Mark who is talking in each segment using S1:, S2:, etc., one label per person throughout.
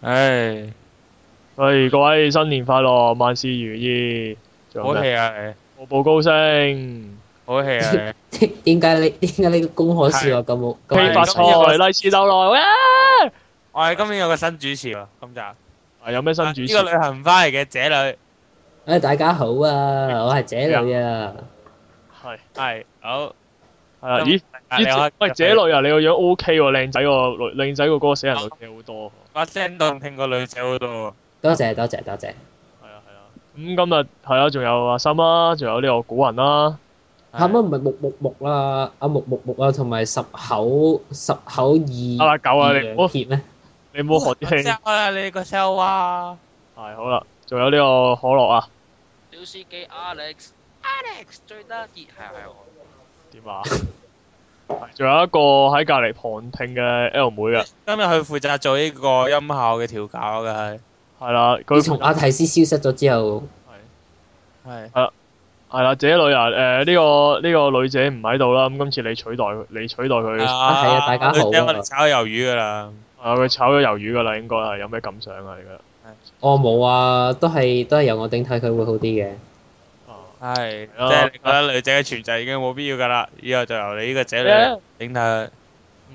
S1: 唉，
S2: 喂，各位新年快樂，萬事如意，仲有
S1: 好
S2: 咩
S1: 氣啊你，
S2: 步步高升，
S1: 好氣啊 你，
S3: 點解你點解你個公可笑啊咁冇？
S2: 披
S1: 係
S3: 咁
S2: 發
S1: 咁有
S2: 財，利是到來啊！
S1: 我哋今年有個新主持喎，今集
S2: 啊，有咩新主
S1: 呢
S2: 持？
S1: 個旅行翻嚟嘅姐女
S3: 誒大家好啊，我係姐女啊，
S2: 係
S1: 係好，
S2: 係啦，咦？
S1: 啊你
S2: 咦
S1: 好
S2: 喂，姐女啊，你個樣 O K 喎，靚仔喎，女靚仔個嗰個死人女嘅好多。
S1: 把聲動聽過女仔好多
S3: 多謝多謝多謝。
S2: 係啊係啊。咁今日係啦，仲有阿心啦，仲有呢個古人啦，
S1: 喎，
S3: 嚇乜
S1: 係
S3: 唔係木木木啦，阿木木木啊，同埋十口十口
S2: 阿
S3: 二
S2: 啦狗啊，你
S3: 二
S2: 唔好
S3: 貼咩？
S2: 你唔好學啲輕。
S1: sell 啊你個 sell 啊
S2: 係好啦，仲有呢個可樂啊，
S4: 小司機 Alex，Alex 最得意係係我，
S2: 點啊？係仲有一個喺隔離旁聽嘅 L 妹啊嘅，
S1: 今日佢負責做呢個音效嘅調教嘅係
S2: 係啦，佢
S3: 自從阿提斯消失咗之後，
S1: 係
S2: 係啦，姐女啊，誒、呢、個呢、個女姐唔喺度啦，咁今次你取代佢，你取代佢，係
S1: 啊
S3: 係啊大家好啊
S1: 女仔我哋炒魷魚㗎啦，
S2: 啊佢炒咗魷魚噶啦，應該係有咩感想啊？你覺得？
S3: 我冇啊，都係都係由我頂替佢會好啲嘅。
S2: 啊，
S1: 係即
S2: 係啊
S1: 係你覺得女仔嘅存在已經冇必要㗎啦，以後就由你呢個姐女嚟頂替佢。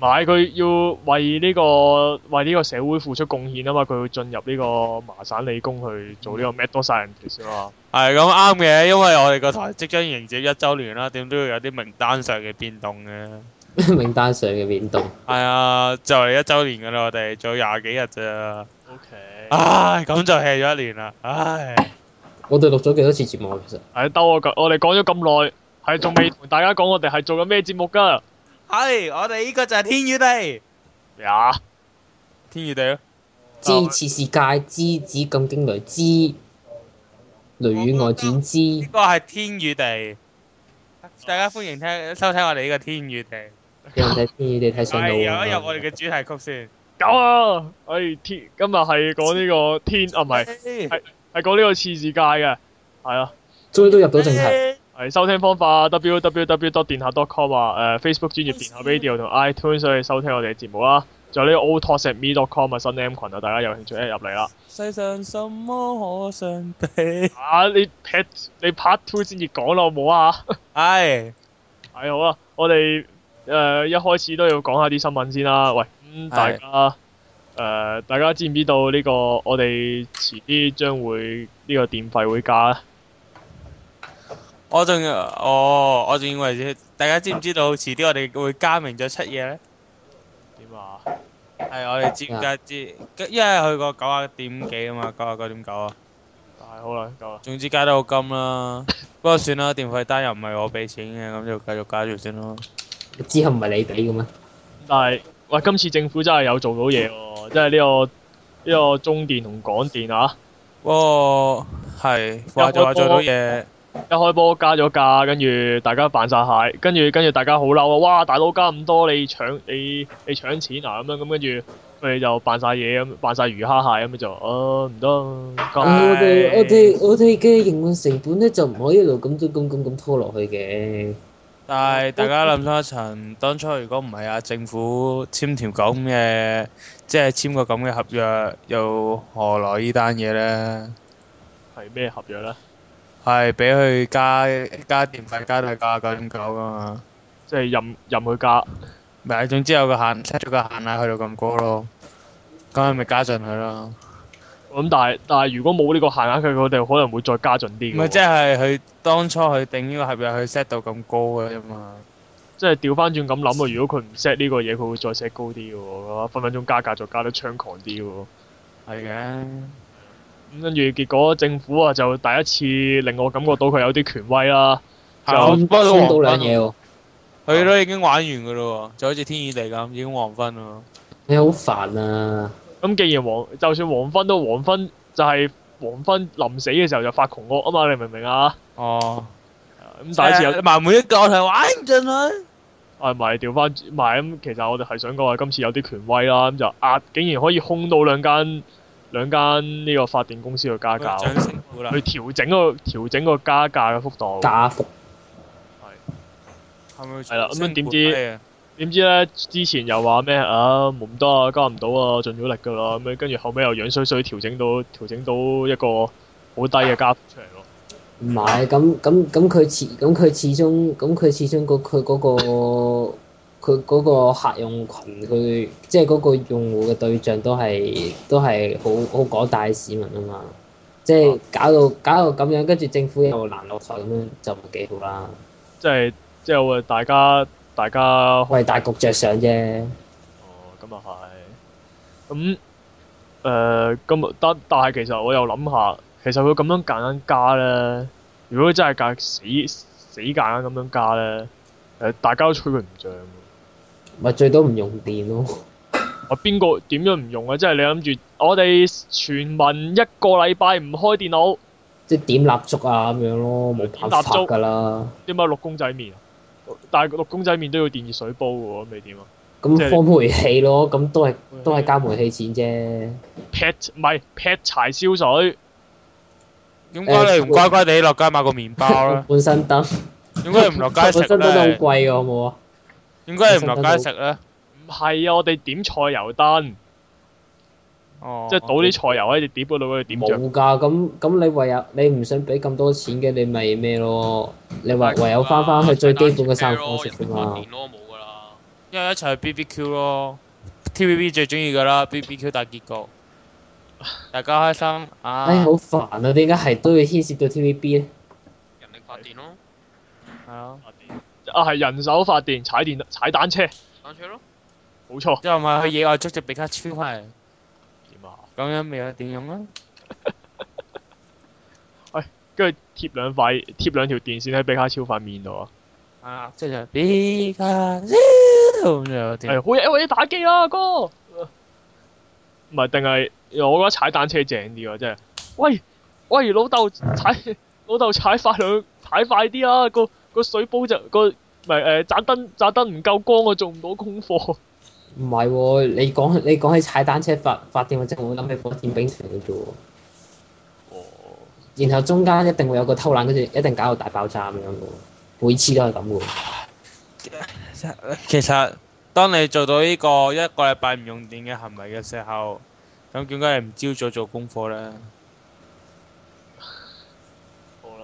S2: 唔係佢要為呢、個為呢個社會付出貢獻啊嘛，佢要進入呢個麻省理工去做呢個 mad scientist 啊嘛，
S1: 係咁啱嘅，因為我哋個台即將迎接一週年啦，點都要有啲名單上嘅變動嘅。
S3: 名單上嘅變動，
S1: 係啊，就嚟一週年噶啦，我哋仲有廿幾日咋。
S2: OK，
S1: 唉，咁就 hea 咗一年啦。唉，
S3: 我哋錄咗幾多次節目啊？其實
S2: 係兜我我哋講咗咁耐，係仲未同大家講我哋係做緊咩節目㗎？
S1: 係我哋呢個就係天與地，
S2: 呀，
S1: 天與地咯。
S3: 知次世界知紫禁驚雷知《雷雨外傳》
S1: 呢
S3: 之
S1: 個係天與地，大家歡迎聽收聽我哋呢個天與地。
S3: 有人睇天與地睇上
S1: 係入
S3: 腦
S1: 一入我哋
S3: 啊
S1: 嘅！主題曲先。
S2: 搞啊！哎天，今日係講呢個天啊，唔係
S1: 係
S2: 係講呢個次世界嘅，係啊。
S3: 終於都入到正題，。
S2: 係收聽方法啊 www. 電下 .com 啊，誒 Facebook 專業電下 radio 同 iTunes 可以收聽我哋嘅節目啦。仲有呢個 o t o s m e .com 啊，新 M 群啊，大家有興趣一入嚟啦。
S1: 世上什麼可相比？
S2: 啊，你 part 你 part two 先至講啦，好冇啊？
S1: 係。
S2: 係好啦，我哋誒、呃一開始都要講下啲新聞先啦。喂，咁、大
S1: 係
S2: 家誒、呃大家知唔知道呢、個我哋遲啲將會呢個電費會加咧？
S1: 我仲哦，我仲以為大家知唔知道，遲啲我哋會加明咗出嘢咧？
S2: 點啊？
S1: 係我哋知唔知？知，因為去過九啊點幾啊嘛，九啊九點九啊，
S2: 係好啦，夠啦。
S1: 總之加得好金啦。不過算啦，電費單又唔係我俾錢嘅，咁就繼續加住先咯。
S3: 之後唔係你俾嘅咩？
S2: 但係，喂，今次政府真係有做到嘢喎，即係呢個呢、個中電同港電啊，
S1: 不過係話就話做到嘢，
S2: 一開波加咗價，跟住大家扮晒蟹，跟住跟住大家好嬲啊！哇，大佬加咁多，你搶你你搶錢啊咁樣，咁跟住佢哋就扮晒嘢咁，扮晒魚蝦蟹咁樣就，哦唔得，
S3: 我
S2: 加
S1: 嗯
S3: 哋我哋我哋嘅營運成本咧就唔可以一路咁咁咁咁拖落去嘅。
S1: 但係大家諗深一層，當初如果唔係啊政府簽條咁嘅，即係簽個咁嘅合約，又何來呢單嘢咧？
S2: 係咩合約咧？
S1: 係俾佢加加電費加到加九點九噶嘛，
S2: 即係任任佢加，
S1: 咪總之有個限 set 咗個限額去到咁高咯，咁咪加盡佢咯。
S2: 咁但係但係如果冇呢個限額，佢佢哋可能會再加盡啲嘅
S1: 唔係
S2: 喎。
S1: 即係佢當初佢定呢個合約，佢 set 到咁高嘅啫嘛。
S2: 即係調翻轉咁諗啊！如果佢唔 set 呢個嘢，佢會再 set 高啲嘅喎，分分鐘加價再加得猖狂啲嘅喎。
S1: 係嘅，
S2: 咁跟住結果政府啊，就第一次令我感覺到佢有啲權威啦。就
S1: 係我不過
S3: 到
S1: 黃
S3: 兩
S1: 昏
S3: 嘢喎，
S1: 佢都已經玩完嘅咯喎，就好似天與地咁，已經黃昏咯。
S3: 你好煩啊！
S2: 咁既然黃，就算黃昏都黃昏，就係黃昏臨死嘅時候就發窮惡啊嘛！你明唔明啊？
S1: 哦，
S2: 咁第一次有
S1: 係啊埋每一個我係玩盡佢。
S2: 啊，唔係調翻轉唔係咁，其實我哋係想講話今次有啲權威啦，咁就壓竟然可以空到兩間兩間呢個發電公司去加價
S1: 掌
S2: 喎，
S1: 聲鼓啦
S2: 去！調整個調整個加價嘅幅度。
S3: 加幅
S1: 係咪
S2: 係啦咁樣點知
S1: 掌聲鼓勵啊
S2: 點知咧之前又話咩啊冇唔得啊，加唔到啊，盡咗力㗎啦咁樣，跟住後尾又樣衰衰調整到調整到一個好低嘅加幅出嚟咯。
S3: 唔係，咁咁咁佢始咁佢始終咁佢始終嗰佢嗰個佢嗰個客用群，佢即係嗰個用戶嘅對象都係都係好好廣大市民啊嘛，即
S2: 啊
S3: 係搞到搞到咁樣，跟住政府又難落台咁樣，就唔係幾好啦，
S2: 即係即係我哋大家大家
S3: 為大局着想啫。
S2: 哦，咁啊係。咁誒咁啊但但係其實我又諗下，其實佢咁樣夾硬加咧，如果真係夾死死夾硬咁樣加咧，誒、大家都吹佢唔漲喎。
S3: 咪最多唔用電咯，
S2: 我邊個點樣唔用啊？即係你諗住我哋全民一個禮拜唔開電腦，
S3: 即係點蠟燭啊咁樣咯，冇辦法㗎啦。
S2: 點解落公仔麵啊？但係落公仔麵都要電熱水煲嘅喎，咁你點啊
S3: 咁
S2: 即係
S3: 放煤氣咯，咁都係都係交煤氣錢
S2: 劈唔係劈柴燒水，
S1: 點解你唔乖乖地落街買個麵包
S3: 啫
S1: 咧。？
S3: 本身燈，
S1: 點解你唔落街
S3: 本
S1: 食
S3: 身燈都好貴
S1: 咧？
S3: 㗎，好唔好啊？
S1: 點解你唔落街食咧？
S2: 唔係啊！我哋點菜油燈，
S1: 哦，
S2: 即係倒啲菜油喺隻碟嗰度，嗰度點着。
S3: 冇㗎，咁咁你唯有你唔想俾咁多錢嘅，你咪咩咯？你唯唯有翻翻
S2: 啊
S3: 去最基本嘅生活方式啫嘛。
S4: 年咯，冇㗎啦。
S1: 因為一齊去 BBQ 咯，TVB 最中意噶啦，BBQ 大結局，大家開心啊！
S3: 唉，好煩啊！點解係都要牽涉到 TVB 咧？
S4: 人力發電咯，
S1: 係咯，
S2: 啊，係人手發電，踩電踩單車，
S4: 單車咯，
S2: 冇錯。
S1: 之後咪去野外捉只比卡超翻嚟，
S2: 點啊？
S1: 咁樣咪有點用啊咯。
S2: 跟住貼兩塊貼兩條電線喺比卡超塊面度啊！
S1: 啊，即係就比卡超咁就有
S2: 係
S1: 點。
S2: 好嘢，喂！你打機啦，哥。唔係，定係我覺得踩單車正啲喎，真係。喂喂，老豆踩 老豆踩快兩踩快啲啊！個個水煲就個唔係誒盞燈盞燈唔夠光，我做唔到功課。
S3: 唔係喎，你講你講起踩單車發發電，我真係會諗起火箭兵團嘅啫喎。
S2: 哦，
S3: 然後中間一定會有個偷懶，跟住一定搞到大爆炸咁樣嘅喎，每次都係咁嘅喎。
S1: 其實當你做到呢個一個禮拜唔用電嘅行為嘅時候，咁點解你唔朝早做功課咧？點
S2: 好啦，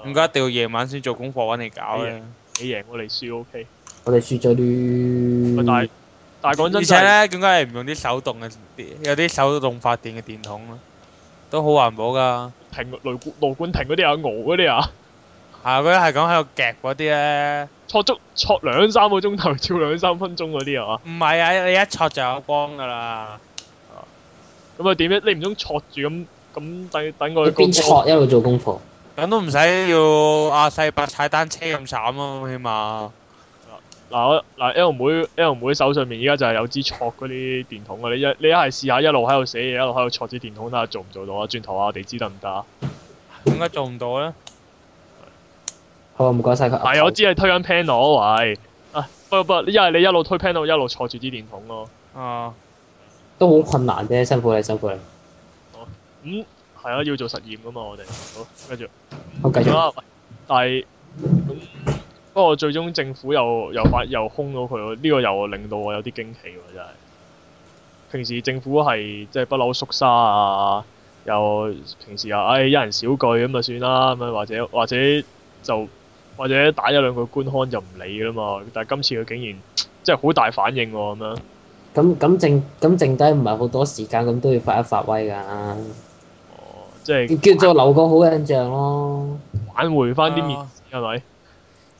S1: 解一定要夜晚先做功課揾你搞咧？
S2: 你贏我哋輸 OK。
S3: 我哋輸咗
S2: 喂但係
S3: 啲，
S2: 但係講真
S1: 而
S2: 真
S1: 且
S2: 係，
S1: 咧，點解你唔用啲手動嘅有啲手動發電嘅電筒咧？都好環保噶，
S2: 停雷冠羅冠廷嗰啲啊，敖嗰啲啊，
S1: 啊嗰啲係咁喺度夾嗰啲咧，
S2: 錯足錯兩三個鐘頭， 照兩三分鐘嗰啲啊。
S1: 唔係啊，你一戳就有光噶啦，
S2: 咁啊點咧？你唔通錯住咁咁等等
S3: 一
S2: 我
S3: 邊啊錯一路做功課。
S1: 咁都唔使要阿世伯踩單車咁慘啊，起碼
S2: 嗱我嗱 L 妹 L 妹手上面依家就係有支戳嗰啲電筒啊！你一你一係試下一路喺度寫嘢，一路喺度戳支電筒，睇下做唔做到啊！轉頭啊，我哋知得唔得啊？
S1: 點解做唔到咧？
S3: 好啊，唔該晒佢。
S2: 但係我知係推緊 panel 喂啊！不不，一係你一路推 panel，一路戳住支電筒咯。
S1: 啊，
S3: 都好困難啫，辛苦你，辛苦你。
S2: 咁係啊，要做實驗噶嘛，我哋好跟住
S3: 好，繼
S2: 咁
S3: 續。
S2: 啦。喂但係咁不過最終政府又又發又空咗佢喎，呢、個又令到我有啲驚喜喎，真係。平時政府係即係不嬲縮沙啊，又平時啊，唉、一人少句咁就算啦，咁啊或者或者就或者打一兩句官腔就唔理啦嘛。但係今次佢竟然即係好大反應喎、咁樣。
S3: 咁咁剩咁剩低唔係好多時間，咁都要發一發威㗎，
S2: 哦，即係
S3: 叫做留個好印象咯。
S2: 挽回翻啲面子
S3: 啊
S2: 係咪？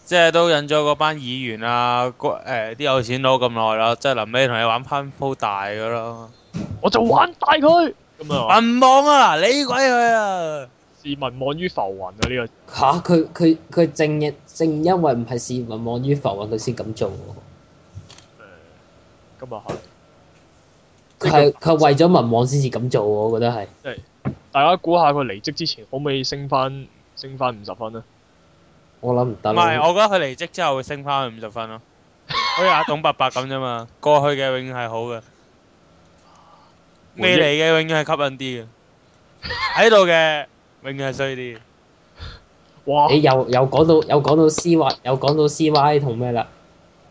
S1: 即係都引咗嗰班議員啊，嗰誒啲有錢佬咁耐啦，即係臨尾同你玩翻鋪大噶咯，
S2: 我就玩大佢咁啊！
S1: 民望啊，嗱你鬼佢啊！
S2: 市民望於浮雲啊！呢、個
S3: 吓，佢佢佢正因正因為唔係市民望於浮雲，佢先咁做喎。
S2: 呃咁啊係。
S3: 佢係佢係為咗民望先至咁做喎，我覺得係。
S2: 大家估下佢離職之前可唔可以升翻升翻五十分啊咧？
S3: 我諗唔得
S1: 唔係，
S3: 咯。
S1: 我覺得佢離職之後會升翻去五十分咯，好似阿董伯伯咁啫嘛。過去嘅永遠係好嘅，未嚟嘅永遠係吸引啲嘅，喺度嘅永遠係衰啲嘅。
S2: 哇！
S3: 你又又講到又講到 C Y 又講到 C Y 同咩啦？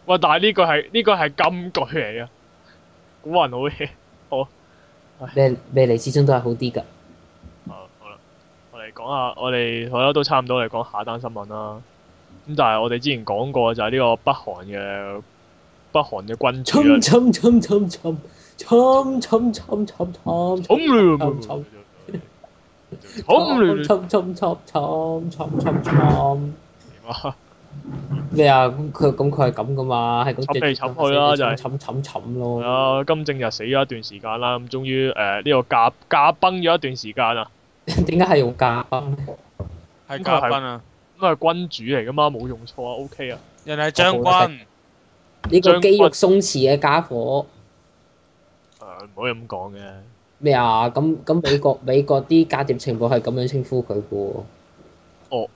S2: 喂，但係呢句係呢句係金句嚟啊！古人好嘢，
S3: 咩咩嚟始終都係好啲㗎。
S2: 啊好啦，我哋講下我哋好啦，都差唔多嚟講下一單新聞啦。咁但係我哋之前講過就係呢個北韓嘅北韓嘅君主
S3: 侵
S2: 啊，
S3: 侵侵侵侵侵侵侵侵侵
S2: 好亂
S3: 侵侵
S2: 好亂
S3: 侵侵侵侵侵侵侵
S2: 啊！
S3: 咩啊？咁佢咁佢係咁噶嘛？係咁
S2: 冚嚟冚去啦就係
S3: 冚冚冚
S2: 係
S3: 咯。
S2: 啊，金正日死咗一段時間啦，咁終於誒呢個駕駕崩咗一段時間啊，
S3: 點解係用假崩？
S1: 係嘉賓啊，
S2: 咁係君主嚟噶嘛，冇用錯啊，OK 啊，
S1: 人係將軍，
S3: 呢個
S2: 將
S3: 肌肉鬆弛嘅家伙
S2: 誒啊唔可以咁講嘅，
S3: 咩啊？咁咁美國美國啲間諜情報係咁樣稱呼佢嘅喎。
S2: 哦，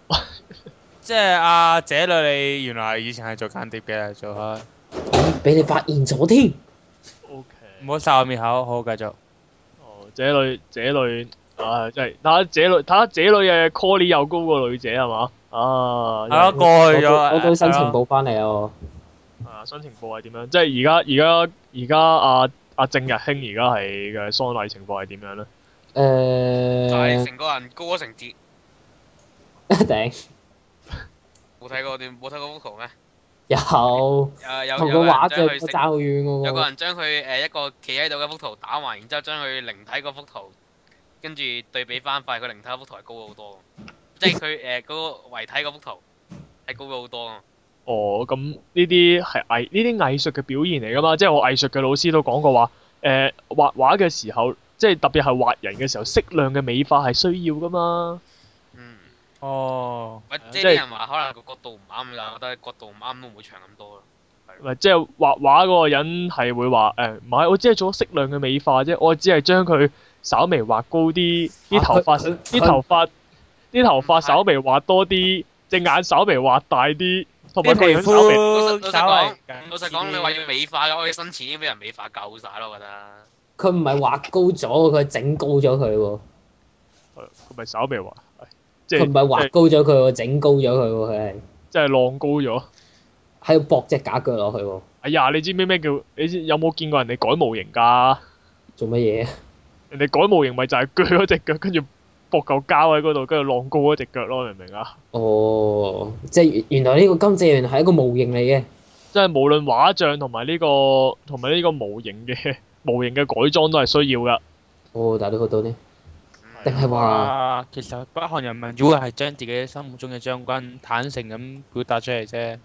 S1: 即係阿姐女，你原來以前係做間諜嘅，做開，
S3: 俾你發現咗添，
S2: O
S1: 唔
S2: K，
S1: 好殺我滅口，好繼續。
S2: 哦，這類這類，啊，真係睇下這類睇下這類嘅 call 又高過女者係嘛？啊，
S1: 係咯，過去咗啊。
S3: 我到新情
S1: 係咯
S3: 報翻嚟啊！
S2: 啊，新情報係點樣？即係而家而家而家阿阿正日興而家係嘅喪禮情況係點樣咧？
S4: 就係
S2: 啊
S3: 誒，
S4: 成個人高咗成截，
S3: 頂
S4: 冇睇過段冇睇過幅圖咩？
S3: 有
S4: 誒有
S3: 同
S4: 有
S3: 個
S4: 個人
S3: 畫
S4: 將
S3: 像
S4: 佢
S3: 爭好遠嘅
S4: 有個
S3: 喎。
S4: 人將佢誒一個企喺度嘅幅圖打橫，然之後將佢靈體嗰幅圖，跟住對比翻，發現佢靈體嗰幅圖係高咗好多喎，即係佢誒嗰個遺體嗰幅圖係高咗好多啊！
S2: 哦，咁呢啲係藝呢啲藝術嘅表現嚟㗎嘛？即係我藝術嘅老師都講過話，誒、畫畫嘅時候，即係特別係畫人嘅時候，適量嘅美化係需要㗎嘛。
S4: 嗯，
S1: 哦，
S4: 或
S2: 啊
S4: 即係
S2: 即係
S4: 啲人話可能個角度唔啱，但係我覺得角度唔啱都唔會長咁多咯。
S2: 咪即係畫畫嗰個人係會話誒，唔係我只係做咗適量嘅美化啫，我只係將佢稍微畫高啲，啲頭髮
S3: 佢佢
S2: 啲頭髮啲頭髮稍微畫多啲，隻眼稍微畫大啲，同埋
S1: 啲
S2: 個
S1: 皮
S2: 樣稍微
S4: 老
S1: 膚
S4: 實
S1: 稍
S4: 老實
S1: 微
S4: 講，老實講，你話要美化嘅，我哋生前已經俾人美化夠晒咯，我覺得。
S3: 佢唔係畫高咗，佢係整高咗佢喎。
S2: 佢咪稍微畫，係即
S3: 佢唔
S2: 係
S3: 係畫高咗佢喎，整高咗佢喎，佢係
S2: 即係浪高咗。
S3: 喺度搏只假腳落去喎，
S2: 哎呀，你知唔知咩叫？你知有冇見過人哋改模型㗎？
S3: 做乜嘢？
S2: 人哋改模型咪就係鋸嗰只腳，跟住搏嚿膠喺嗰度，跟住浪高嗰只腳咯，明唔明啊？
S3: 哦，即係原原來呢個金正元係一個模型嚟嘅，
S2: 即係無論畫像同埋呢個同埋呢個模型嘅 模型嘅改裝都係需要噶。
S3: 哦，大佬好到呢？定係啊話
S1: 哇，其實北韓人民主要係將自己心目中嘅將軍坦誠咁表達出嚟啫。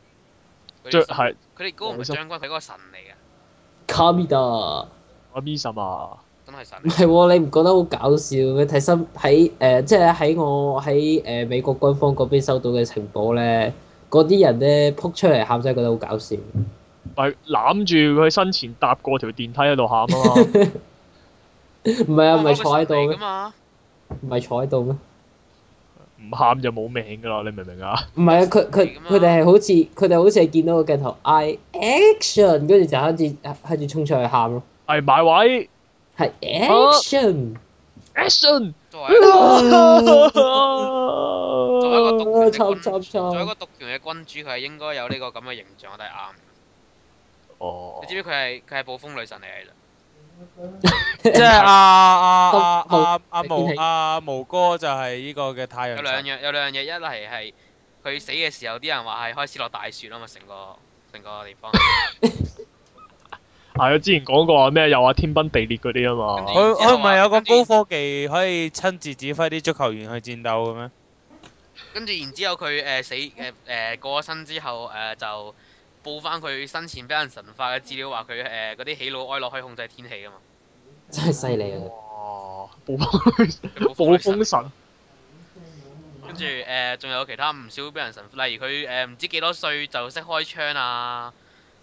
S4: 佢
S2: 即
S4: 哋
S2: 係
S4: 佢哋嗰個唔係將軍，佢嗰個神嚟嘅，
S3: 卡米達？唔
S2: 阿 Misa 啊，
S4: 真係神嚟。
S3: 係喎，你唔覺得好搞笑咩？睇新喺誒，即係喺我喺誒、呃美國軍方嗰邊收到嘅情報咧，嗰啲人咧撲出嚟喊真係覺得好搞笑。
S2: 咪攬住佢身前搭過條電梯喺度喊啊 嘛！
S3: 唔係啊，唔係坐喺度
S4: 㗎
S3: 咩？
S4: 嘛？
S3: 唔係坐喺度咩？
S2: 唔喊就冇命噶啦，你明唔明啊？
S3: 唔係啊，佢佢
S4: 嚟㗎嘛
S3: 佢哋係好似佢哋好似係見到個鏡頭嗌 action，跟住就開始開始衝出去喊咯，
S2: 係埋位
S3: 係 action。
S2: action！
S4: 作為一個 作為一
S2: 哦
S4: 個
S3: 啊
S4: 獨
S3: 慘
S4: 權嘅君
S3: 慘
S4: 主，作為一個
S3: 慘！
S4: 獨權嘅君主，佢係應該有呢個咁嘅形象，我覺得係啱。
S2: 哦
S4: 你，知唔知佢係佢係暴風女神嚟嘅？
S1: 即係 阿阿阿
S3: 毛
S1: 阿阿
S3: 你
S1: 毛
S3: 見起
S1: 阿毛哥就係呢個嘅太陽
S4: 有兩
S1: 神。
S4: 樣有兩樣嘢，一嚟係佢死嘅時候，啲人話係開始落大雪啊嘛，成個成個地方。
S2: 係啊！之前講過話咩？又話天崩地裂嗰啲啊
S4: 跟
S2: 嘛
S4: 住。
S1: 佢佢唔係有個
S4: 跟
S1: 高
S4: 住
S1: 科技可以親自指揮啲足球員去戰鬥嘅咩？
S4: 跟住然之後佢誒、呃死誒誒、呃、過咗身之後誒、呃就報翻佢生前俾人神化嘅資料，話佢誒嗰啲喜怒哀樂可以控制天氣噶嘛。
S3: 真係犀利啊！
S2: 哇！哦暴風
S4: 佢
S2: 暴
S4: 風女
S2: 風神
S4: 跟住誒，仲、有其他唔少俾人神，例如佢呃誒唔知幾多歲就識開槍啊，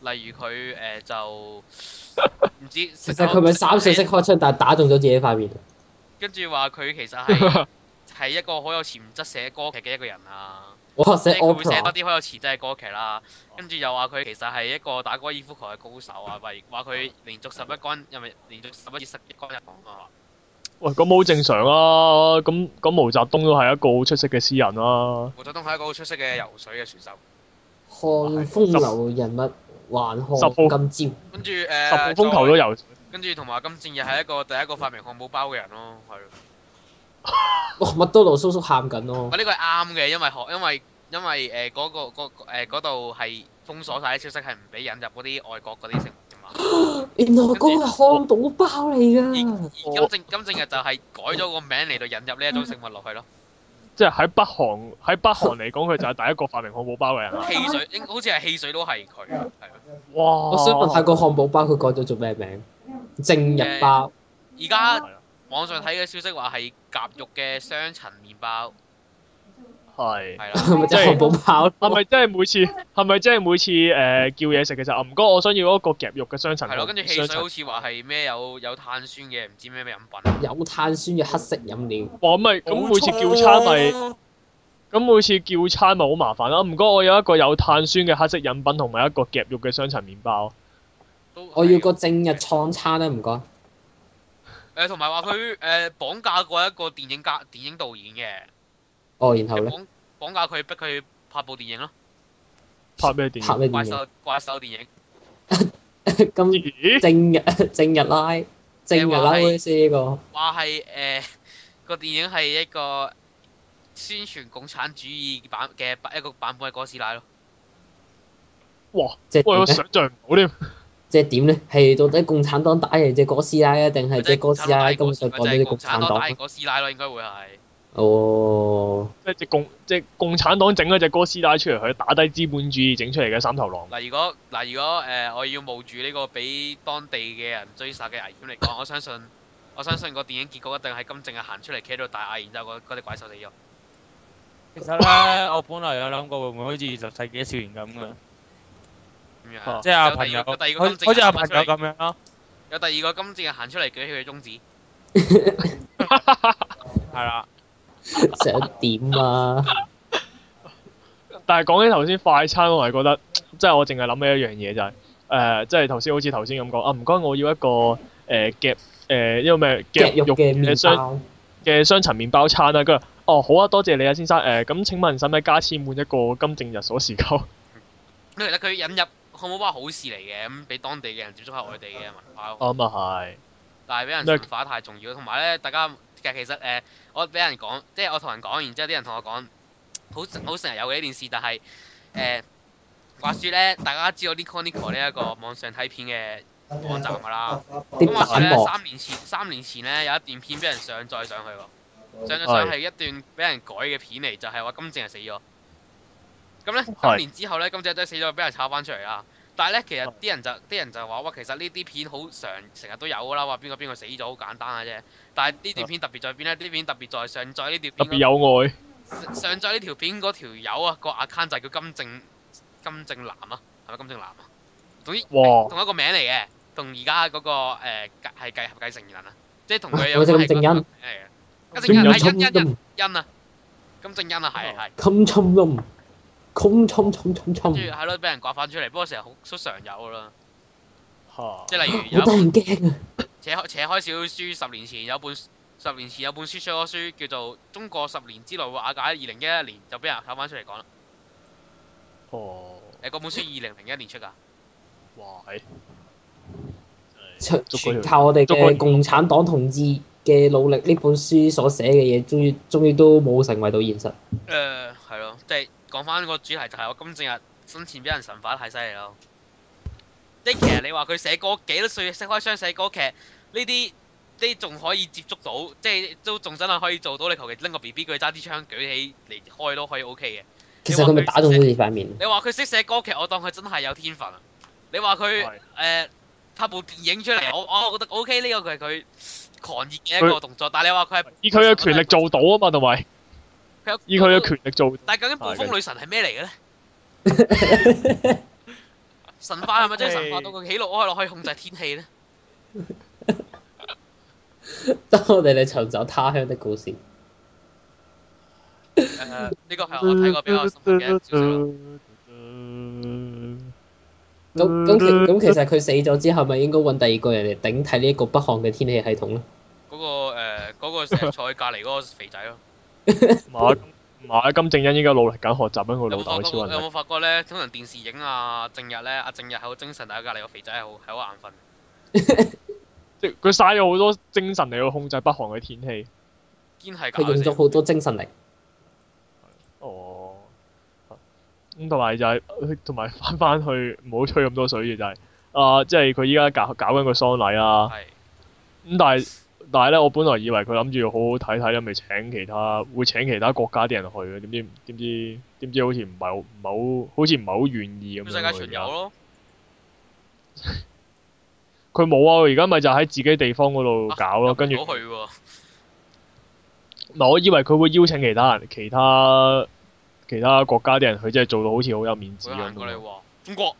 S4: 例如佢誒、就唔知
S3: 其
S4: 其
S3: 實佢咪三四式開槍，但係打中咗自己塊面。
S4: 跟住話佢其 實係係一個好有潛質寫歌劇嘅一個人啊，
S3: 哇！
S4: 即
S3: 寫
S4: 係佢會寫
S3: opera
S4: 多啲好有潛質嘅歌劇啦。跟住又話佢其實係一個打高爾夫球嘅高手啊，例如話佢連續十一杆，又咪連續十一至十一杆入房啊。
S2: 喂，咁好正常啊！咁咁毛澤東都係一個好出色嘅詩人啦、啊。
S4: 毛澤東係一個好出色嘅游水嘅選手，
S3: 看風流人物，還看
S2: 十號
S3: 咁尖，
S4: 跟住呃誒，
S2: 十號風球都有，
S4: 跟住同埋金戰又係一個第一個發明漢堡包嘅人咯，係。
S3: 哇！麥當勞叔叔喊緊咯
S4: 我。呢個係啱嘅，因為學因為因為誒呃嗰、個嗰個誒嗰度係封鎖晒啲消息，係唔俾引入嗰啲外國嗰啲食物㗎嘛。
S3: 原來嗰個係漢堡包嚟
S4: 而
S3: 㗎，
S4: 而金正金正日就係改咗個名嚟到引入呢一種食物落去咯。
S2: 即係喺北韓喺北 韓嚟講，佢就係第一個發明漢堡包嘅人啦。
S4: 汽水應好似係汽水都係佢，係咯。
S2: 哇！
S3: 我想問下個漢堡包佢改咗做咩名？正日包。
S4: 而家網上睇嘅消息話係夾肉嘅雙層麵包，
S2: 係。
S3: 係
S4: 係
S3: 咪
S4: 啦。
S3: 即係漢堡包
S2: 係咪即係每次係咪即係每次誒、呃叫嘢食嘅時候，啊唔該，我想要嗰個夾肉嘅雙層。
S4: 係咯，跟住汽
S2: 雙
S4: 水
S2: 層
S4: 好似話係咩有有碳酸嘅唔知咩咩飲品，
S3: 有碳酸嘅黑色飲料？
S2: 哇咁咪咁每次叫餐
S4: 啊
S2: 咪
S1: 啊
S2: 咁每次叫餐咪好麻煩啦。唔該，我有一個有碳酸嘅黑色飲品同埋一個夾肉嘅雙層麵包。
S4: 都係
S3: 我要個正日創餐啦，唔該。
S4: 誒，同埋話佢誒綁架過一個電影家電影導演嘅。
S3: 哦，然後咧
S4: 綁綁架佢，逼佢拍部電影咯，
S2: 拍咩電
S3: 拍
S2: 影？
S3: 咩
S4: 怪
S3: 電影？
S4: 獸怪獸電影，
S3: 咁
S2: 咦？
S3: 正日 正日拉正日拉
S4: 你話係
S3: O S 呢個
S4: 話係誒個電影係一個宣傳共產主義版嘅一個版本嘅哥斯拉咯，
S2: 哇！
S3: 即
S2: 喂，我
S3: 係點咧
S2: 想像唔到添。
S3: 即係點咧？係到底共產黨打贏只哥斯拉啊，定係只哥斯拉根
S4: 共
S3: 本就
S4: 產黨
S3: 講
S4: 打
S3: 呢啲
S4: 贏
S3: 共
S4: 共
S3: 產
S4: 產黨打
S3: 黨啊
S4: 贏？哥斯拉咯，應該會係
S3: 哦，
S2: 即係只共即係共產黨整咗只哥斯拉出嚟，佢打低資本主義整出嚟嘅三頭狼。
S4: 嗱。如果嗱如果誒我要冒住呢個俾當地嘅人追殺嘅危險嚟講，我相信我相信個電影結果一定係金正日行出嚟企喺度大嗌，然之後嗰嗰隻怪獸死咗。
S1: 其實咧，我本來有諗過會唔會好似二十世紀少年咁嘅，
S4: 咁樣
S2: 哦
S1: 啊即係阿
S4: 有
S1: 朋
S4: 第
S1: 友，
S4: 二個有第二個
S1: 好
S4: 金正
S1: 好似阿
S4: 日
S1: 朋
S4: 行出
S1: 友
S4: 嚟
S1: 咁樣咯，
S4: 有第二個金正日行出嚟舉起佢嘅中指。
S1: 係啦，
S3: 想點啊？
S2: 但係講起頭先快餐，我係覺得即係我淨係諗起一樣嘢就係、誒，即係頭先好似頭先咁講啊，唔該，我要一個誒、夾誒一個咩
S3: 夾肉嘅麵
S2: 雙
S3: 包，
S2: 嘅雙層麵包餐啦，跟住哦好啊，多謝你啊先生誒，咁、請問使唔使加錢換一個金正日鎖匙扣？
S4: 因為咧佢引入漢堡包好事嚟嘅，咁俾當地嘅人接觸下外地嘅文
S1: 哦
S4: 化，
S2: 啊咁啊係，
S4: 但係俾人
S2: 咩
S4: 神化太重要，同埋咧大家其實誒、呃我俾人講，即係我同人講，然之後啲人同我講，好成好成日有嘅呢件事，但係誒、呃、話説咧，大家知道 Nico Nico 呢一個網上睇片嘅網站㗎啦，
S3: 啲
S4: 咁話説
S3: 蛋
S4: 咧
S3: 薄
S4: 三年前三年前咧有一段片俾人上載上去喎，上載上係一段俾人改嘅片嚟，就係、話金正日死咗。咁咧，今
S2: 係
S4: 年之後咧，金正日真係死咗，俾人炒翻出嚟啦。但係咧，其實啲人就啲人就話哇，其實呢啲片好常成日都有㗎啦，話邊個邊個死咗好簡單嘅啫。但係呢段片特別在邊咧？呢段片特別在上載呢
S2: 特
S4: 條
S2: 別
S4: 片嗰
S2: 有愛，
S4: 上載呢條片嗰條友啊，個 account 就叫金正金正男啊，係咪金正男啊？總之
S2: 哇
S4: 同一個名嚟嘅，同而家嗰個誒繼係繼合繼承人啊，即係同佢有
S3: 或者
S4: 關係
S3: 咁正
S4: 嗰個
S3: 恩
S4: 名嚟嘅。金正
S2: 有
S4: 恩
S3: 咁
S4: 係
S3: 咁
S4: 欣欣欣啊，金正恩啊，係係。
S3: 咁沖咁，咁沖沖沖沖，
S4: 跟住係咯，俾人刮翻出嚟，不過成日好好常有㗎啦。
S2: 嚇
S4: 即係例如有
S3: 好得
S4: 一
S3: 人驚啊！
S4: 扯開扯開少少書，十年前有本十年前有本書出咗書，叫做《中國十年之內會瓦解》，二零一一年就俾人炒翻出嚟講啦。
S2: 哦，
S4: 誒，嗰本書二零零一年出㗎。
S2: 哇係，
S3: 全
S2: 逐個
S3: 全靠我哋
S2: 逐個
S3: 嘅共產黨同志嘅努力，呢本書所寫嘅嘢，終於終於都冇成為到現實。
S4: 誒呃係咯，即係講翻個主題就係我金正日生前俾人神化得太犀利咯。即係其實你話佢寫歌幾多歲識開箱寫歌劇呢啲，呢仲可以接觸到，即係都仲真係可以做到。你求其拎個 B B 佢揸支槍舉起嚟開都可以 O K 嘅。
S3: 其實佢咪打中咗你塊面，
S4: 你話佢識寫歌劇，我當佢真係有天分啊！你話佢
S2: 係
S4: 誒拍部電影出嚟，我我覺得 O K 呢個佢係佢狂熱嘅一個動作，但係你話佢係
S2: 以佢嘅權力做到啊嘛，同埋
S4: 佢有
S2: 以佢嘅權力做到，
S4: 但係究竟暴風女神係咩嚟嘅咧？神化係咪真係神化到佢喜怒哀樂可以控制天氣咧？
S3: 當我哋嚟尋找他鄉的故事。
S4: 誒、呢個係啊我睇過比較深刻嘅小說咯。
S3: 咁咁其咁其實佢死咗之後，咪應該揾第二個人嚟頂替呢一個北韓嘅天氣系統咧？
S4: 嗰、個誒嗰、個成日坐喺隔離嗰個肥仔咯，
S2: 唔係咁唔唔係金正恩應該努力緊學習緊佢
S4: 有冇
S2: 老
S4: 發
S2: 豆嘅超
S4: 覺？有
S2: 能力。
S4: 冇發覺咧？通常電視影啊正日咧，阿正日係好精神，但係隔離個肥仔係好係好眼瞓。
S2: 即係佢嘥咗好多精神嚟去控制北韓嘅天氣。
S4: 堅係
S3: 佢用咗
S4: 㗎。
S3: 好多精神力。
S2: 哦。咁同埋就係、同埋翻翻去唔好吹咁多水嘅就係、啊、即係佢依家搞搞緊個喪禮啊啦。
S4: 係
S2: 咁但係但係咧，我本來以為佢諗住好好睇睇咧，咪請其他會請其他國家啲人去嘅，點知點知點知好似唔係好唔係好好似唔係好願意咁
S4: 咁
S2: 樣
S4: 世
S2: 喎。
S4: 界巡遊咯，
S2: 佢冇啊！佢而家咪就喺自己地方嗰度搞咯，
S4: 入唔
S2: 跟住
S4: 啊到去喎。
S2: 唔係我以為佢會邀請其他人、其他其他國家啲人，佢真係做到好似好有面子
S4: 佢
S2: 咁
S4: 行過嚟
S2: 喎。
S4: 話：中國，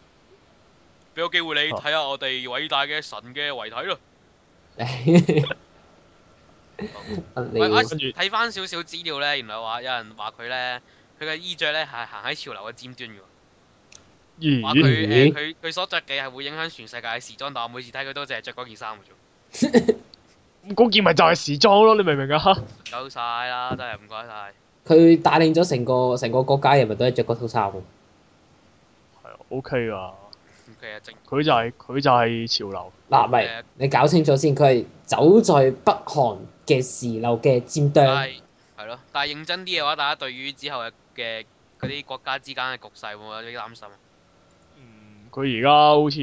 S4: 俾個機會你
S2: 啊
S4: 睇下我哋偉大嘅神嘅遺體咯。
S3: 你
S4: 喂，我
S2: 跟住
S4: 睇翻少少資料咧，原來話有人話佢咧，佢嘅衣着咧係行喺潮流嘅尖端嘅喎。話佢
S2: 嗯咦？
S4: 誒佢佢所着嘅係會影響全世界嘅時裝，但我每次睇佢都淨係着嗰件衫嘅啫。
S2: 咁嗰件咪就係時裝咯，你明唔明啊？
S4: 夠晒啦，真係唔該晒。
S3: 佢帶領咗成個成個國家人民都係着嗰套衫喎。
S2: 係啊，OK 啊，
S4: 佢啊正
S2: 佢就係、佢就係潮流。
S3: 嗱，咪
S4: 誒
S3: 你搞清楚先，佢係走在北韓嘅時流嘅尖
S4: 但
S3: 端。
S4: 係係咯，但係認真啲嘅話，大家對於之後嘅嘅嗰啲國家之間嘅局勢會唔會有啲擔心啊？
S2: 嗯，佢而家好似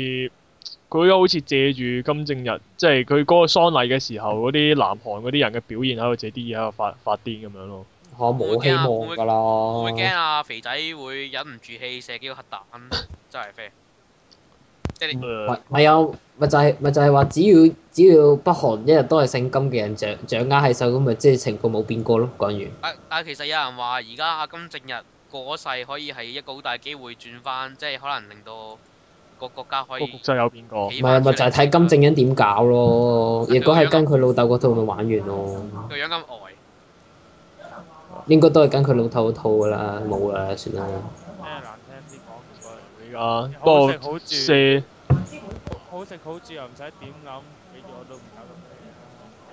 S2: 佢而家好似借住金正日，即係佢嗰個喪禮嘅時候，嗰啲南韓嗰啲人嘅表現喺度借啲嘢喺度發發癲咁樣咯。
S3: 我冇希望㗎
S4: 會唔會
S3: 啦。
S4: 驚啊？肥仔會忍唔住氣射幾個核彈，真係飛。即係你
S2: 誒
S3: 咪咪有咪就係咪就係話，只要只要北韓一日都係姓金嘅人掌掌握喺手，咁咪即係情況冇變過咯。講完。
S4: 但但其實有人話，而家阿金正日過咗世，可以係一個好大機會轉翻，即係可能令到個國家可
S2: 個
S4: 以
S2: 局勢有變過。
S3: 唔
S4: 起
S3: 係
S4: 返出嚟
S3: 咪就係睇金正恩點搞咯？如果係跟佢老豆嗰套，咪玩完咯。
S4: 個樣咁呆。
S3: 應該都係跟佢老豆嗰套㗎啦，冇啦，算啦。
S1: 咩難聽啲講句，
S2: 而家不
S1: 好
S2: 過
S1: 食好住，
S2: 射。
S1: 好食好住又唔使點諗，你叫我都唔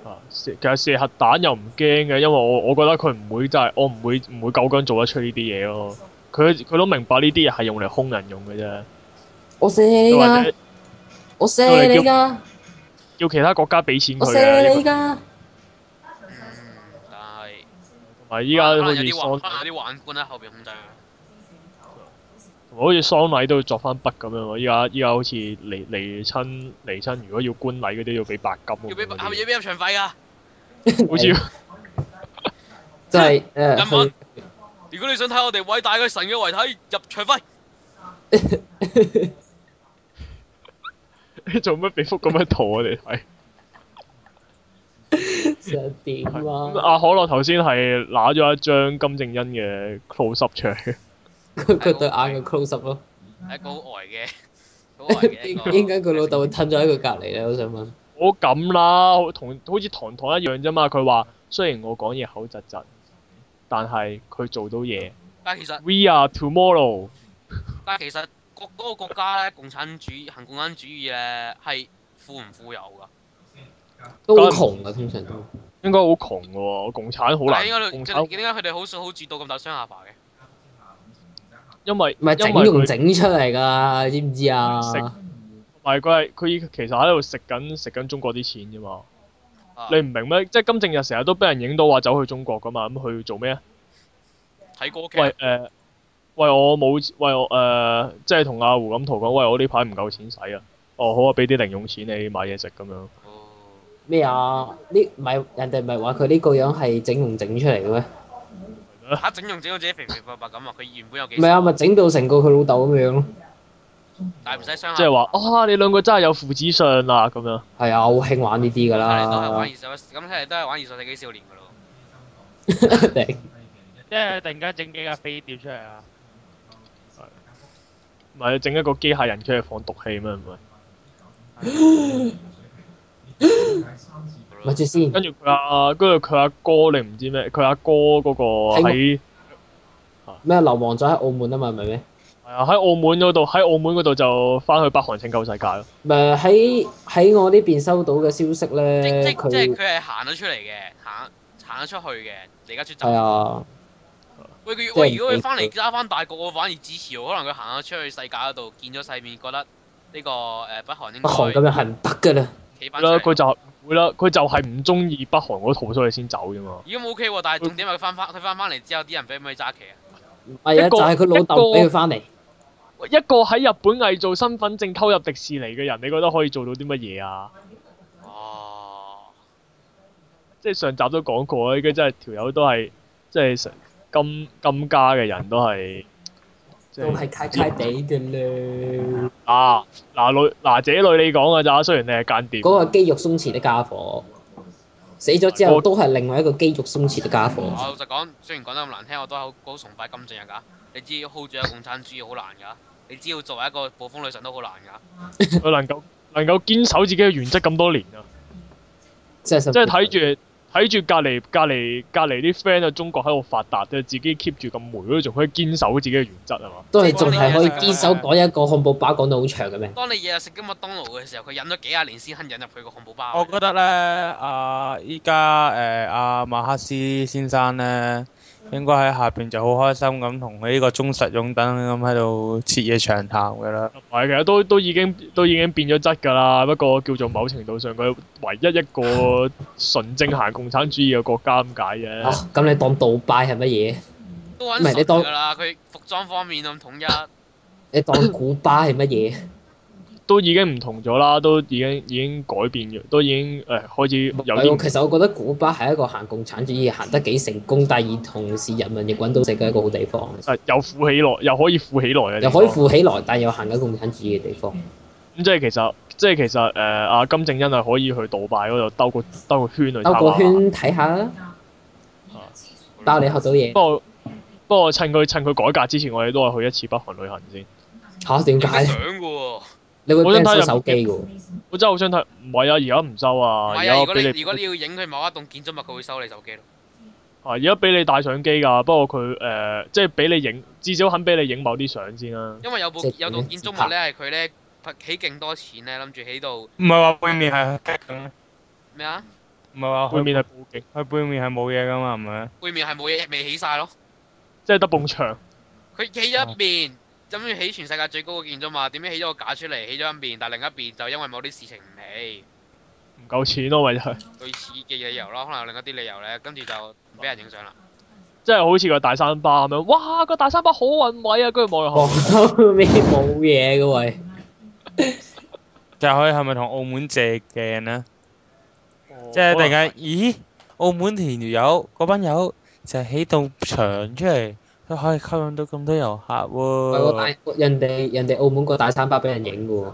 S1: 搞咁
S2: 啊，射其實射核彈又唔驚嘅，因為我我覺得佢唔會真係，我唔會唔會夠姜做得出呢啲嘢咯。佢佢都明白呢啲嘢係用嚟兇人用嘅啫，
S3: 我射你
S2: 又或
S3: 㗎
S2: 者！
S3: 我射你㗎！
S2: 要其他國家俾錢
S3: 我
S2: 佢
S3: 射
S2: 嘅。
S3: 你
S2: 呢個
S3: 㗎！
S4: 嗯，但係
S2: 同埋依家
S4: 可
S2: 好
S4: 能
S2: 似
S4: 啊有啲
S2: 喪
S4: 宦，，可能有啲宦官喺後邊控制佢。
S2: 好似喪禮都要作翻筆咁樣喎。依家依家好似離離親離親，如果要官禮嗰啲要俾白金喎。
S4: 要俾係咪要俾入場費㗎？
S2: 好似
S3: 就係誒
S4: 人
S3: 佢
S4: 民，如果你想睇我哋偉大嘅神嘅遺體，入場費。
S2: 你 做乜俾幅咁嘅圖我哋睇？
S3: 想點
S2: 咁
S3: 啊？
S2: 阿可樂頭先係拿咗一張金正恩嘅 close up 出嚟。
S3: 佢佢對眼嘅 close up 咯。
S4: 係一個好呆嘅，好呆嘅一個。
S3: 應該佢老豆會吞咗喺佢隔離咧，我想問。
S2: 我咁啦，同好似糖糖一樣啫嘛。佢話雖然我講嘢口窒窒，但係佢做到嘢。
S4: 但係其實，
S2: We are tomorrow。
S4: 但係其實各嗰個國家咧，共產主義行共產主義咧，係富唔富有㗎？
S3: 都好窮啊，通常都。
S2: 應該好窮嘅喎，共產好
S4: 但係應
S2: 難。
S4: 該
S2: 共
S4: 點
S2: 產
S4: 解佢哋好少好住到咁大雙下巴嘅？
S2: 因為
S3: 唔係整
S2: 因為
S3: 容
S2: 佢
S3: 整出嚟㗎，知唔知啊？
S2: 食唔係佢係佢其實喺度食緊食緊中國啲錢啫嘛。
S4: 啊
S2: 你唔明咩？即係金正日成日都俾人影到話走去中國噶嘛，咁佢做咩啊？
S4: 睇歌劇
S2: 喂誒、呃喂我冇喂我誒、呃即係同阿胡錦濤講，喂我呢排唔夠錢使啊。哦好啊，俾啲零用錢你買嘢食咁樣。
S4: 哦
S3: 咩啊？呢唔係人哋唔係話佢呢個樣係整容整出嚟嘅咩？
S4: 嚇啊整容整到自己肥肥白白咁啊！佢原本有幾
S3: 唔係啊，咪整到成個佢老豆咁樣咯。
S4: 但係唔使雙
S2: 即
S4: 下
S2: 係話啊，你兩個真係有父子相啦咁樣。
S3: 係啊，好興玩呢啲㗎
S4: 巴，睇嚟都係
S3: 啦
S4: 玩。二十一，咁睇嚟都係玩二十世紀少年㗎咯。
S3: 頂
S1: 即係突然間整幾架飛碟出嚟啊！
S2: 唔係整一個機械人出嚟放毒氣咩？唔係。
S3: 咪住先，
S2: 跟住佢阿，跟住佢阿哥，你唔知咩？佢阿哥嗰個喺
S3: 咩流亡咗喺澳門啊嘛，係咪咩？
S2: 係啊喺澳門嗰度，喺澳門嗰度就翻去北韓拯救世界咯。
S3: 咪喺喺我呢邊收到嘅消息
S4: 即即
S3: 咧，
S4: 即係
S3: 佢
S4: 佢係行咗出嚟嘅，行行咗出去嘅，離家出走
S3: 係。啊，
S4: 喂，佢
S3: 係
S4: 喂，如果佢
S3: 唔
S4: 翻嚟揸翻大局，我反而支持喎。可能佢行咗出去世界嗰度，見咗世面，覺得呢個誒北韓應
S3: 北韓咁
S4: 該
S3: 樣係唔得㗎啦。
S4: 企翻
S2: 啦，佢
S4: 嚟。
S2: 就會啦，佢就係唔中意北韓嗰套，所以先走啫嘛。
S4: 已經 OK 喎，但係重點係佢翻翻佢翻翻嚟之後，啲人俾唔俾佢揸旗啊？
S3: 唔係啊，
S2: 一個
S3: 就係佢老豆俾佢翻嚟。
S2: 一個喺日本偽造身份證偷入迪士尼嘅人，你覺得可以做到啲乜嘢啊？
S4: 哦，
S2: 即係上集都講過啦，依家真係條友都係即係成金金家嘅人都係，即
S3: 都
S2: 係
S3: 係揩揩地嘅啦。
S2: 啊嗱女嗱姐女你講㗎咋，雖然你係間諜。
S3: 嗰個肌肉鬆弛的家伙，死咗之後都係另外一個肌肉鬆弛的家
S4: 我
S3: 伙。
S4: 老實講，雖然講得咁難聽，我都係好好崇拜金正日㗎。你知 hold 住一個共產主義好難㗎，你知要作為一個暴風女神都好難㗎。
S2: 佢能夠能夠堅守自己嘅原則咁多年 啊！
S3: 即係
S2: 即係睇住睇住隔離隔離隔離啲 friend 啊，中國喺度發達，即係自己 keep 住咁霉，都仲可以堅守自己嘅原則係嘛？
S3: 都係仲係可以堅守講一個漢堡包講到好長嘅咩？
S4: 當你日日食緊麥當勞嘅時候，佢忍咗幾廿年先肯忍入去個漢堡包
S1: 我。覺得咧，啊依家誒阿馬克思先生咧，應該喺下邊就好開心咁同佢呢個忠實擁躉咁喺度徹夜長談嘅啦。
S2: 唔係，其實都都已經都已經變咗質㗎啦。不過叫做某程度上，佢唯一一個純正行共產主義嘅國家咁解
S3: 啊
S2: 啫。，
S3: 咁你當杜拜係乜嘢？
S4: 都揾
S3: 唔係
S4: 熟
S3: 你當
S4: 㗎啦，佢服裝方面咁統一。
S3: 你 當古巴係乜嘢？
S2: 都已經唔同咗啦，都已經已經改變咗，都已經誒、開始有
S3: 係喎，
S2: 啲
S3: 其實我覺得古巴係一個行共產主義行得幾成功，但係同時人民亦揾到食嘅一個好地方，
S2: 誒又富起來，又可以富起來啊嘅地
S3: 又
S2: 方。
S3: 可以富起來，但又行緊共產主義嘅地方。
S2: 咁即係其實，即係其實誒，阿、金正恩係可以去杜拜嗰度兜個兜個圈去
S3: 兜
S2: 參
S3: 個
S2: 下
S3: 圈睇下啦，包你學到嘢
S2: 啊不過不過趁佢趁佢改革之前，我哋都係去一次北韓旅行先。
S3: 嚇？點
S4: 影
S3: 解
S4: 相
S3: 咧？
S4: 嘅喎。
S3: 你會俾
S2: 我想
S3: 人收
S2: 睇下
S3: 手機嘅喎？
S2: 我真係好想睇，唔係啊，而家唔收啊，
S4: 唔
S2: 而
S4: 係啊，
S2: 家
S4: 如果
S2: 俾
S4: 你
S2: 你
S4: 如果你要影佢某一棟建築物，佢會收你手機咯。
S2: 啊，而家俾你帶相機㗎。不過佢誒、呃即係俾你影，至少肯俾你影某啲相先啦、
S4: 因為有部
S3: 即係
S4: 有棟建築物咧，係佢咧起勁多錢咧，諗住起到
S1: 唔係話背面係黑嘅咩
S4: 咩啊？
S1: 唔係話
S2: 背
S1: 佢
S2: 面係報警，
S1: 佢背面係冇嘢噶嘛，係咪？
S4: 背面係冇嘢未起晒咯，
S2: 即係得埲牆。
S4: 佢起咗一面，諗住起全世界最高嘅建築物，點知起咗個架出嚟，起咗一面，但另一邊就因為某啲事情唔起，
S2: 唔夠錢啊咯，咪就係
S4: 類似嘅理由咯，可能有另一啲理由咧，跟住就唔俾人影相啦。
S2: 即係好似個大三巴咁樣，哇！個大三巴好宏偉啊，跟住望落
S3: 哦
S2: 去，，
S3: 咩冇嘢嘅喂？
S1: 就可以係咪同澳門借鏡咧？
S2: 哦
S1: 即係突然間，咦？澳門田條友嗰班友就係起棟牆出嚟，都可以吸引到咁多遊客
S2: 哦
S3: 喂，個
S1: 喎。
S3: 大人哋人哋澳門個大三巴俾人影嘅喎，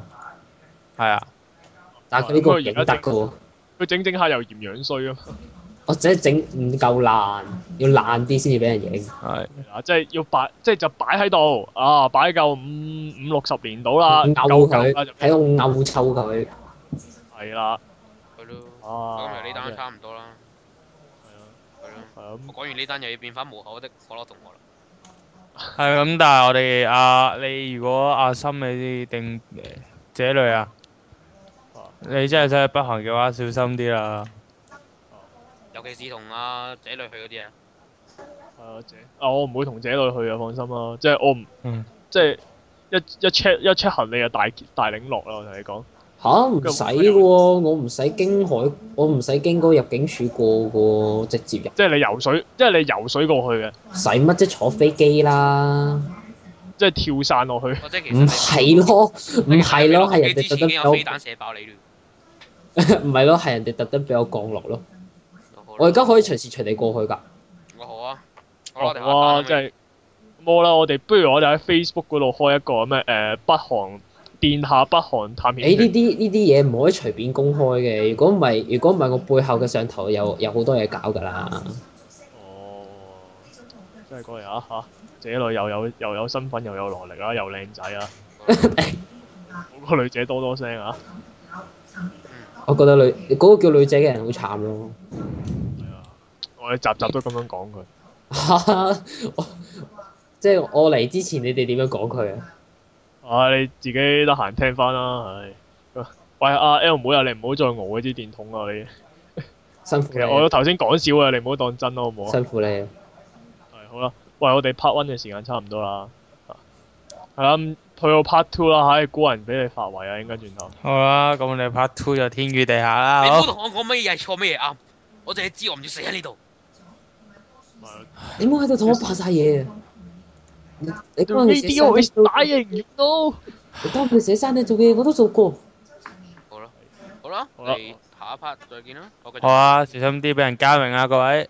S1: 係啊，
S3: 但係佢呢個影得嘅
S2: 哦
S3: 喎，
S2: 佢整整下又嫌樣衰啊嘛。
S3: 我只係整唔夠爛，要爛啲先至俾人影。
S1: 係
S2: 啊，即係要擺，即係就擺喺度啊，擺夠五五六十年到啦，
S3: 摳
S2: 夠夠
S3: 佢
S2: 啊啦就，
S3: 喺度摳臭佢，
S2: 係啦，
S4: 係咯，
S2: 啊，
S4: 咁由呢單都
S2: 係啊
S4: 差唔多啦。係咯，
S2: 係啊
S4: 我講完呢單又要變翻無口的可樂同學啦。
S1: 係咁，但係我哋啊，你如果阿心你定呃這類啊
S2: 啊，
S1: 你真係真係北韓嘅話，小心啲啦。
S4: 尤其是同阿仔女去嗰啲啊，
S2: 係啊，姐，啊我唔會同姐女去啊，放心啦，即係我唔，
S1: 嗯
S2: 即係一一 check 一 check 行李就大大領落啦，我同你講，
S3: 吓？唔使嘅喎，我唔使經海，我唔使經嗰入境處過嘅喎，直接入。
S2: 即係你游水，即係你游水過去嘅，
S3: 使乜啊啫？坐飛機啦，
S2: 即係跳傘落去，
S4: 或者其實
S3: 唔係咯，唔係咯，係人啊
S4: 你
S3: 哋特
S4: 之
S3: 登俾
S4: 前已經有飛
S3: 我，
S4: 彈射爆你啦。
S3: 唔係咯，係人哋特登俾我降落咯。我而家可以隨時隨地過去㗎。
S4: 我好啊，好啦，我哋下
S2: 哇，
S4: 真
S2: 真係冇啦，我哋不如我哋喺 Facebook 嗰度開一個咩誒北韓殿下北韓探險
S3: 誒呢
S2: 團，
S3: 啲呢啲嘢唔可以隨便公開嘅，如果唔係，如果唔係我背後嘅上頭有有好多嘢搞㗎啦。
S2: 哦，真係過嚟啊嚇！姐女又有又有身份又有來歷啦，又靚仔啊，好個女仔多多聲啊！
S3: 我覺得女嗰、個叫女仔嘅人好慘咯。
S2: 我哋集集都咁樣講佢，
S3: 我即係我嚟之前，你哋點樣講佢啊？
S2: 啊你自己得閒聽翻啦，唉。喂，阿 L 妹啊，你唔好再熬嗰支電筒啊！你
S3: 辛苦
S2: 其實我
S3: 你，
S2: 頭先講笑啊，你唔好當真咯，好唔好啊？
S3: 辛苦你。
S2: 係好啦，喂，喂，我哋 part one 嘅時間差唔多啦，係啦，咁去到 part two 啦，唉，估人俾你發圍啊，應該轉頭。
S1: 好啦，咁我哋 part two 就天與地下啦。
S4: 你唔
S1: 好
S2: 啊
S4: 好同我講乜嘢係錯，乜嘢係啱，我淨係知我唔要死喺呢度。
S3: 你唔好喺度同我扮晒嘢啊！你你幫佢寫
S2: video
S3: 生
S2: 係打贏完咯。
S3: 你幫佢寫生你做嘅嘢我都做過。
S4: 好啦，好啦，
S2: 好啦
S4: 我哋下一 part 再見啦，我繼續
S1: 好啊，小心啲俾人加名啊，各位。